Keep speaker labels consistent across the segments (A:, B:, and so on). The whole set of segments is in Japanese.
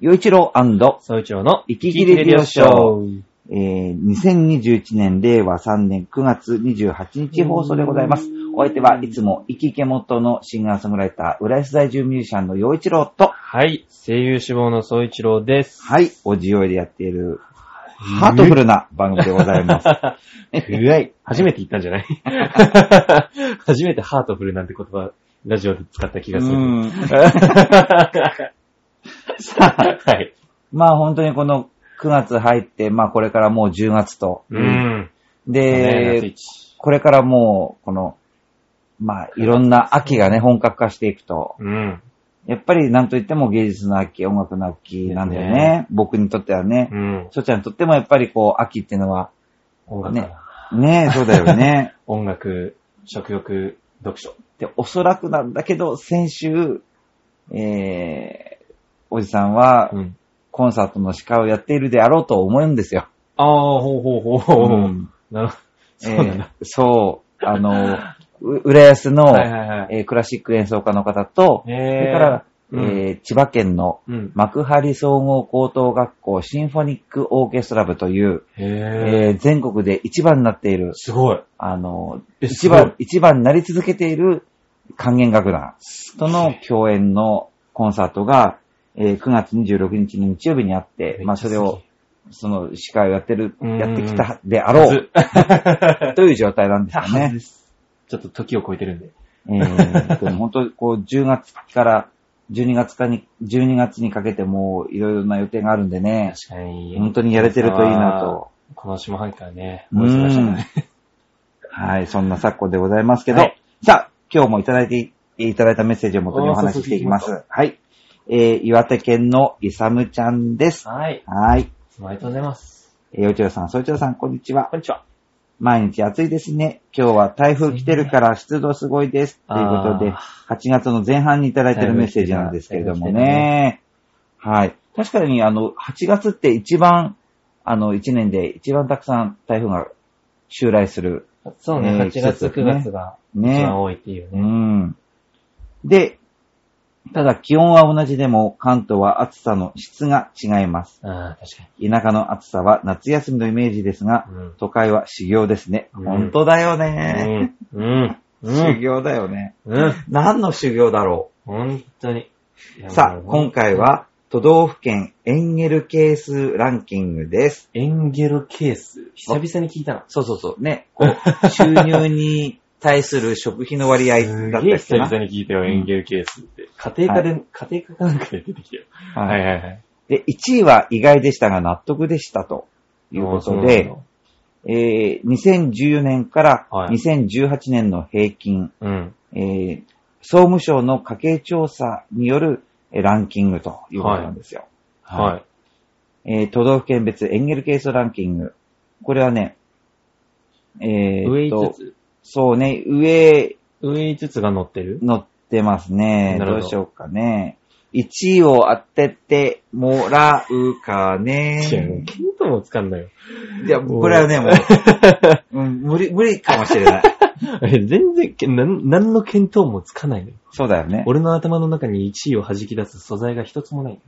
A: 洋一郎
B: 総一郎の
A: 息切れレディオショーえー、2021年令和3年9月28日放送でございます。お相手はいつも生き毛元のシンガーソングライター、浦安在住ミュージシャンの洋一郎と、
B: はい、声優志望の総一郎です。
A: はい、おじおいでやっている、ハートフルな番組でございます。
B: うわい。初めて言ったんじゃない 初めてハートフルなんて言葉、ラジオで使った気がす る。
A: うん
B: はい。
A: まあ本当にこの9月入って、まあこれからもう10月と。
B: うん。
A: で、
B: ね
A: これからもう、この、まあいろんな秋がね、本格化していくと、
B: うん。
A: やっぱり何と言っても芸術の秋、音楽の秋なんだよね。
B: ね
A: 僕にとってはね
B: う。ん。
A: 翔、ちゃんにとってもやっぱりこう、秋っていうのは、
B: 音楽、
A: ねね そうだよね。
B: 音楽、食欲、読書。
A: で、おそらくなんだけど、先週、えー、おじさんは
B: うん。
A: コンサートの司会をやっているであろうと思うんですよ。
B: ああ、ほうほうほうほう。
A: ん
B: なるほ
A: え
B: そうなん
A: ーそう、あの、う浦安の、
B: ど。はいはいはい。
A: えークラシック演奏家の方と、そ
B: え
A: れから、え
B: うん
A: ー千葉県の
B: うん。
A: 幕張総合高等学校シンフォニックオーケストラ部という、
B: へえ。
A: えー全国で一番になっている、
B: すごい。
A: あの、
B: え
A: 一
B: すご
A: 番
B: い、
A: 一番になり続けている管弦楽団との共演のコンサートが、えー9月26日の日曜日にあって、まあそれを、その司会をやってる、
B: うん
A: やってきたで あろう
B: はず
A: という状態なんですよね。
B: ちょっと時を超えてるんで。
A: えー、でも本当にこう、10月から、12月かに、12月にかけてもういろいろな予定があるんでね、
B: 確かに。
A: 本当にやれてるといいなと。
B: この下半期はね、
A: う
B: お忙しい
A: ん
B: ね。
A: はい、そんな昨今でございますけど、
B: はい
A: さあ、今日もいただいて、いただいたメッセージをもとにお話ししていきま
B: あー
A: す。はい。えー、岩手県のイサムちゃんです。
B: はい。
A: はい。
B: ありがとうございます。
A: えー、よちろさん、そいちろさん、こんにちは。
B: こんにちは。
A: 毎日暑いですね。今日は台風来てるから湿度すごいです。ということで、
B: あ
A: 8月の前半にいただいてるメッセージなんですけれどもね。はい。確かに、あの、8月って一番、あの、1年で一番たくさん台風が襲来する。
B: そうね、
A: ね
B: 8月、
A: 季節
B: 9
A: ね
B: 月が一
A: ね
B: 番多いっていう
A: う
B: ね。
A: ん。で、ただ気温は同じでも関東は暑さの質が違います。
B: ああ、確か
A: 田舎の暑さは夏休みのイメージですが、
B: に。うん
A: 都会は修行ですね。
B: うん
A: 本当だよね。。
B: うん。う
A: 修
B: ん。
A: 行だよね。
B: うん。
A: 何の修行だろ。
B: 本当に。いうや
A: さあ、
B: もう
A: 今回は都道府県エンゲル係数ランキングです。
B: エンゲルケース。久々に聞いたな。
A: そうそうそう。ね、こう、 収入に対する食費の割合だったっけな。
B: に聞いたよ、
A: エン
B: ゲルケースって。家庭科で、家庭科かなんかで出てきたよ。
A: は
B: はいいはいはい。
A: で、1位は意外でしたが納得でしたということで、えー2014年から
B: はい
A: 2018年の平均、
B: うん。
A: えー総務省の家計調査によるえーランキングということなんですよ。
B: はい。
A: えー都道府県別エンゲル係数ランキング。これはね、えーっと
B: 上5つ。
A: そうね、上
B: 上5つが乗ってる
A: 乗ってますね。
B: な
A: ど
B: るほど
A: うしようかね。1位を当ててもらうか
B: いや、も
A: ね
B: う。見当もつかんないよ。
A: いや、これはね、も う、うん無理、無理かもしれない。
B: 全然け、なん、なんの見当もつかないのよ。
A: そうだよね。
B: 俺の頭の中に1位を弾き出す素材が一つもないの。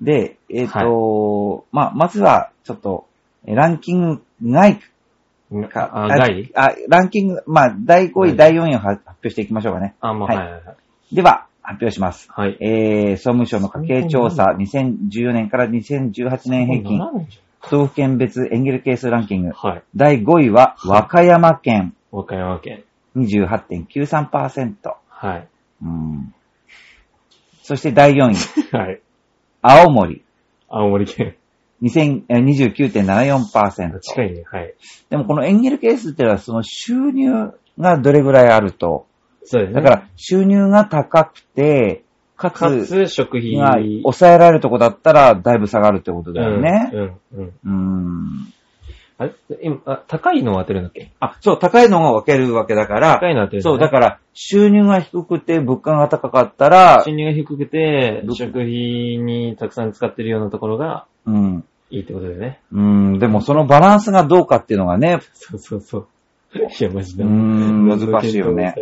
A: で、えっ、と、まあ、まずは、ちょっと、えランキング外か。
B: あ、外
A: あ、ランキング、まあ、第5
B: 外
A: 位、第4位を発表していきましょうかね。
B: あ、まあ、
A: はい
B: はいはいはい。
A: では、発表します。
B: はい。
A: えー、総務省の家計調査、2014年から2018年平均、
B: ならないじ
A: 都道府県別エンゲル係数ランキン
B: ゃん
A: グ、
B: はい。
A: 第5位は、和歌山県、
B: 和歌山県。
A: 28.93%。
B: はい。
A: うん。そして第4位、
B: はい。
A: 青森、
B: 青森県。
A: 2000えー29.74%。
B: 近いね。はい。
A: でもこのエンゲル係数っていうのはその収入がどれぐらいあると。
B: そうです
A: だ
B: ね。
A: から収入が高くて、か
B: か
A: つ、
B: つ、食費
A: が抑えられるとこだったらだいぶ下がるってことだよね。
B: うん。うん。うん。
A: うん。
B: あれ今、あ、高いのを当てるんだっけ
A: あ、そう、高いのが分けるわけだから、
B: 高いの当てるん
A: そう、だ
B: だね
A: から収入が低くて物価が高かったら
B: 収、入が低くて
A: ど、
B: 食費にたくさん使ってるようなところが
A: うん。
B: いいってことでね。
A: うん、でもそのバランスがどうかっていうのがね、
B: そうそうそう。いや、マジ
A: う
B: で。
A: ん、難しいよね。。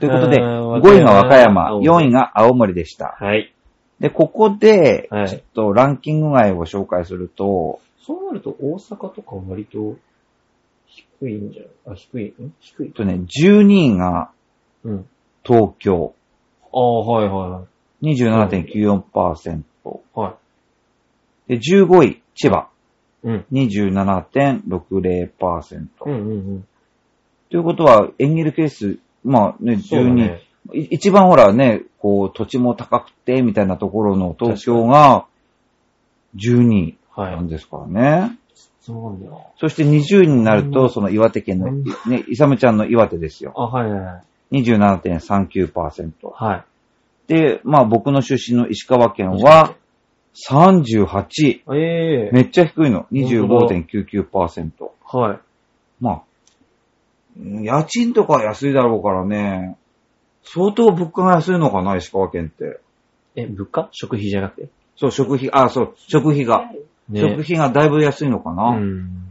A: ということで、
B: あー
A: 5位が和歌
B: 和
A: 山、
B: 歌山
A: 4位が青森でした。
B: はい。
A: でで、ここで、
B: はい
A: ちょっとランキング外を紹介すると、
B: そうなると大阪とかは割と低いんじゃないあ、低い、ん低い
A: えっとね、12位が
B: うん。
A: 東京、
B: ああ、はいはいはい。
A: 27.94%。
B: は
A: で、15位、千葉、
B: い。うん。
A: 27.60%。
B: うんうん
A: ということは、演技ケース、まあね、
B: うん。そうだ
A: 12、
B: ね。
A: い一番ほらね、こう、土地も高くて、みたいなところの東京が、12位
B: は
A: なん
B: い。
A: ですからね。
B: そうなんだよ。
A: そして20位になる
B: う
A: と、
B: ん
A: その岩手県の、
B: うん
A: ね、イサムちゃんの岩手ですよ。
B: あ、はいはいはい。
A: 27.39%。
B: はい。
A: で、まあ僕の出身の石川県は、38位。
B: ええ
A: めっちゃ低いの。
B: 本当だ
A: 25.99%。
B: はい。
A: まあ、うん家賃とかは安いだろうからね、相当物価が安いのかな、石川県って。
B: え、物価食費じゃなくて。
A: そう、食費、あ、そう、食費が。食費がだいぶ安いのか
B: う
A: な。
B: ん。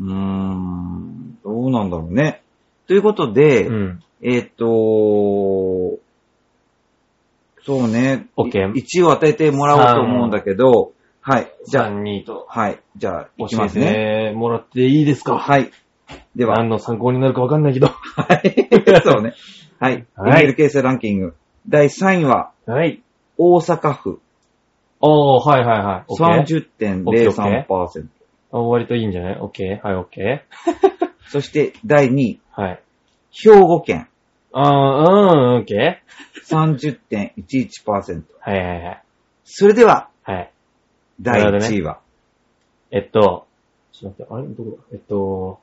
A: うーん、どうなんだろうね。ということで、
B: うん。
A: えーっと、そうね、
B: オッケー
A: 1位を与えてもらおうと思うんだけど、はい、じ
B: じゃ
A: ゃあ、
B: あ、2と
A: はい、じゃあ、いき
B: 教
A: ま
B: え
A: すね。
B: てもらっていいですか
A: はい。では、
B: 何の参考になるかわかんないけど。
A: そうね。はい。
B: はい
A: エンゲル形成ランキング。第3位は、
B: はい。
A: 大阪府。
B: おー、はいはいはい。オッケー。
A: 30.03%。
B: あ割といいんじゃないオッケー。はい、オッケ
A: そして、第2位、
B: ー。はい。
A: 兵庫県。
B: あー、うん、オッケー。
A: 30.11%。
B: はいはいはい。
A: それでは、
B: はい。
A: 第1位は、
B: えっと、ちょっと待って、あれどこだえっと、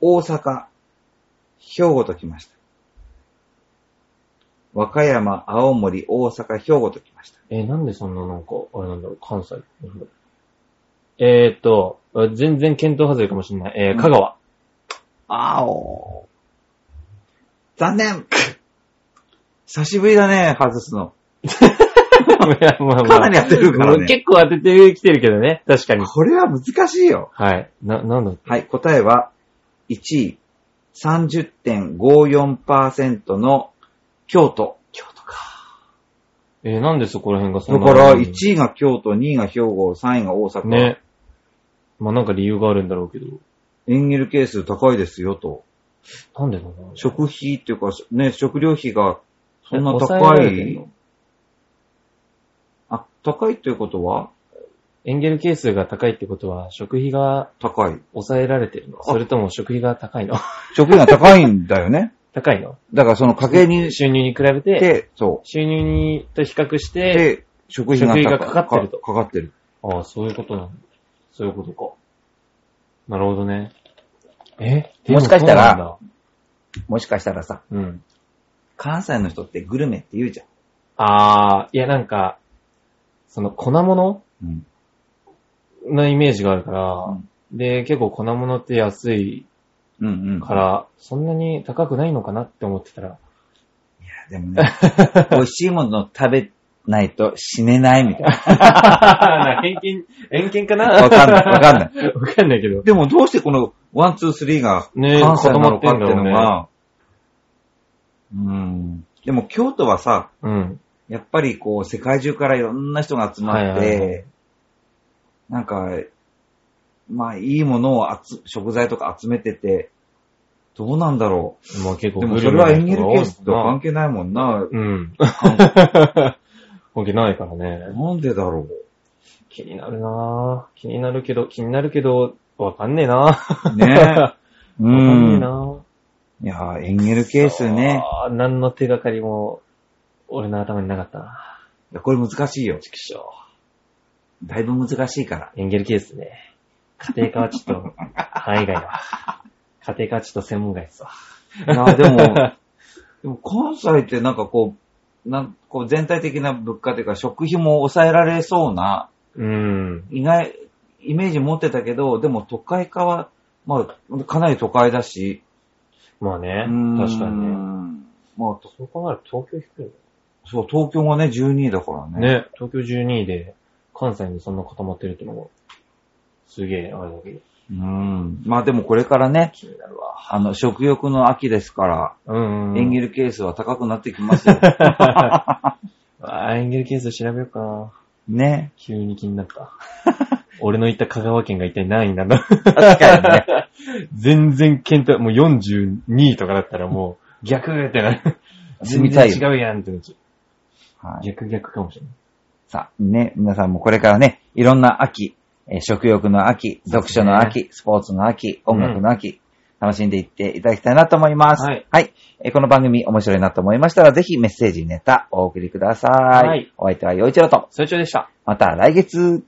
A: 大阪、兵庫ときました。和歌山、青森、大阪、兵庫ときました。
B: えーなんでそんななんか、あれなんだろう、関西。えーっと、全然検討外れかもしれない。えー、香 川。
A: あおー。残 念久しぶりだね、外すの。
B: いやまあまあ
A: かなりやってるからね
B: 結構当ててきてるけどね。確かに。
A: これは難しいよ。
B: はい。な、なんだっけ
A: はい、答えは、1位、30.54%の京都。
B: 京都か。えーなんでそこら辺がそ
A: だ
B: んな
A: から、1位が京都、2位が兵庫、3位が大阪。
B: ね。まあなんか理由があるんだろうけど。
A: エンゲル係数高いですよと。
B: なんでだろうな
A: 食費っていうか、ね、食料費がそんな
B: え抑え
A: 高
B: られてん
A: い
B: の。
A: あ、高いということは
B: エンゲル係数が高いってことは、食費が
A: 高い。
B: 抑えられてるのそれとも食費が高 いの
A: 食費が高いんだよね。
B: 高いの
A: だからその家計にし
B: 収入に比べて、
A: て、そ
B: 収入にと比較し
A: う。
B: て、
A: で、食費が高
B: 食費がかかってると
A: かかってる。
B: ああ、そういうことなの。そういうことか。なるほどね。えで
A: もしかしたら
B: そう
A: もしかしたらさ、
B: なんだうん。
A: 関西の人ってグルメって言うじゃ
B: ああ、いやなんか、その粉物
A: ん。うん。
B: なイメージがあるから、
A: うん
B: で、結構粉物って安い
A: うんうん。
B: から、そんなに高くないのかなって思ってたら、
A: でもね、美味しいもの食べないと死ねないみたいな。
B: 偏見、偏見かな
A: わかんない、わかんない。
B: い。わかんないけ ど。
A: でもどうしてこの、ワン、ツー、スリーが、
B: ねえ
A: 関西なのかってい
B: 固
A: うの
B: ま
A: が、うん。でも京都はさ、
B: うん。
A: やっぱりこう、世界中からいろんな人が集まっ
B: はいはいは
A: て、なんか、まあ、いいものを集食材とか集めてて、どうなんだろ
B: まあ結
A: う。
B: 構
A: でも
B: グ
A: そ
B: ル
A: れは
B: メな
A: エ
B: 人
A: ンゲル
B: が多い
A: ケー
B: のか
A: スとは関係ないもんな。
B: な うん。関係ないからね。
A: なんでだろ
B: 気になるなぁ。気になるけど、気になるけど、わかんねえな
A: う。ね
B: ぁ。
A: え。
B: わ
A: う
B: かんねえ
A: ん。
B: ない
A: やーエンゲル係数ね。
B: あー何の手がかりも、俺の頭になかったな。
A: いやこれ難しいよ。
B: 畜生。
A: だいぶ難しいから。
B: エンゲルケースね。家庭科はちょ っと、範囲外だ。家庭科はちょっと専門外ですわ。
A: い やーでも、でも関西ってなんかこう、なんこう全体的な物価というか食費も抑えられそうな、
B: うん。
A: 意外、イメージ持ってたけど、でも都会化は、まあ、かなり都会だし。
B: まあね
A: うーん。
B: 確かにね。
A: まあ、
B: そう考えると東京低い
A: そう、東京がね、12位だから
B: の
A: ね。
B: ね。東京12位で、関西にそんな固まってるってのも、すげえ、あれだけど。
A: ううん。まあでもこれからね、
B: 気になるわ。
A: あの、食欲の秋ですから、
B: うん。
A: エンゲル係数は高くなってき ますよ。
B: あーエンゲル係数調べようかな。
A: ね。
B: 急に気にな った。俺の言った香川県が一体何位なんだ
A: 確かにね。
B: 全然検討、もう42位とかだったらもう逆ってなる。
A: 住みたいよ
B: 全然違うやんってなっちゃ
A: はい、
B: う逆逆かもしれない。
A: さあ、ね、皆さんもこれからね、いろんな秋、えー食欲の秋、読書の秋、スポーツの秋、音楽の秋、楽しんでいっていただきたいなと思います。
B: はい。
A: えーこの番組面白いなと思いましたら、ぜひメッセージ、ネタ、お送りください。
B: はい
A: お相手は陽一郎と、
B: それ以上でした。
A: また来月。